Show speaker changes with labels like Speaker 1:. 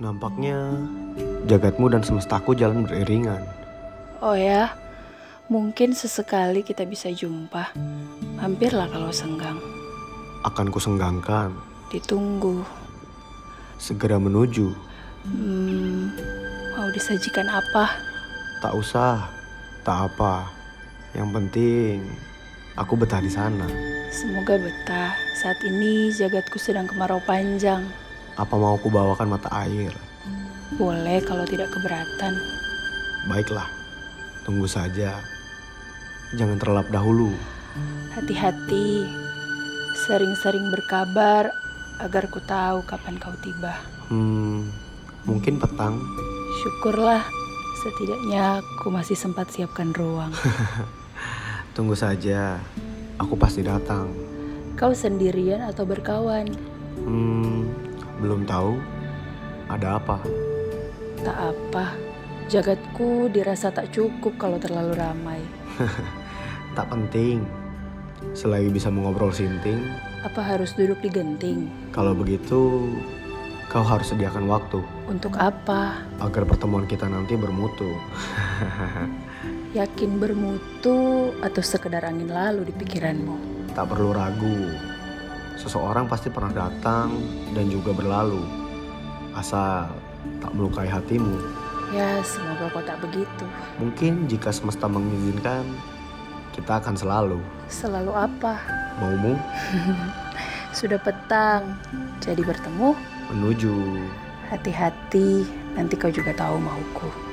Speaker 1: Nampaknya jagatmu dan semestaku jalan beriringan.
Speaker 2: Oh ya, mungkin sesekali kita bisa jumpa. Hampirlah kalau senggang.
Speaker 1: Akan kusenggangkan,
Speaker 2: Ditunggu.
Speaker 1: segera menuju.
Speaker 2: Hmm, mau disajikan apa?
Speaker 1: Tak usah, tak apa. Yang penting aku betah di sana.
Speaker 2: Semoga betah. Saat ini jagatku sedang kemarau panjang.
Speaker 1: Apa mau ku bawakan mata air?
Speaker 2: Boleh kalau tidak keberatan.
Speaker 1: Baiklah, tunggu saja. Jangan terlelap dahulu.
Speaker 2: Hati-hati. Sering-sering berkabar agar ku tahu kapan kau tiba.
Speaker 1: Hmm, mungkin petang.
Speaker 2: Syukurlah, setidaknya aku masih sempat siapkan ruang.
Speaker 1: Tunggu saja. Aku pasti datang.
Speaker 2: Kau sendirian atau berkawan?
Speaker 1: Hmm, belum tahu. Ada apa?
Speaker 2: Tak apa. Jagatku dirasa tak cukup kalau terlalu ramai.
Speaker 1: Tak penting. Selagi bisa mengobrol sinting,
Speaker 2: Apa harus duduk di genting?
Speaker 1: kalau begitu kau harus sediakan waktu
Speaker 2: Untuk apa?
Speaker 1: agar pertemuan kita nanti bermutu.
Speaker 2: Yakin bermutu atau sekedar angin lalu di pikiranmu?
Speaker 1: Tak perlu ragu. Seseorang pasti pernah datang dan juga berlalu. Asal tak melukai hatimu.
Speaker 2: Ya, semoga kau tak begitu.
Speaker 1: Mungkin jika semesta mengizinkan, kita akan selalu.
Speaker 2: Selalu apa?
Speaker 1: Maumu
Speaker 2: Sudah petang, jadi bertemu.
Speaker 1: menuju
Speaker 2: Hati-hati, nanti kau juga tahu mauku.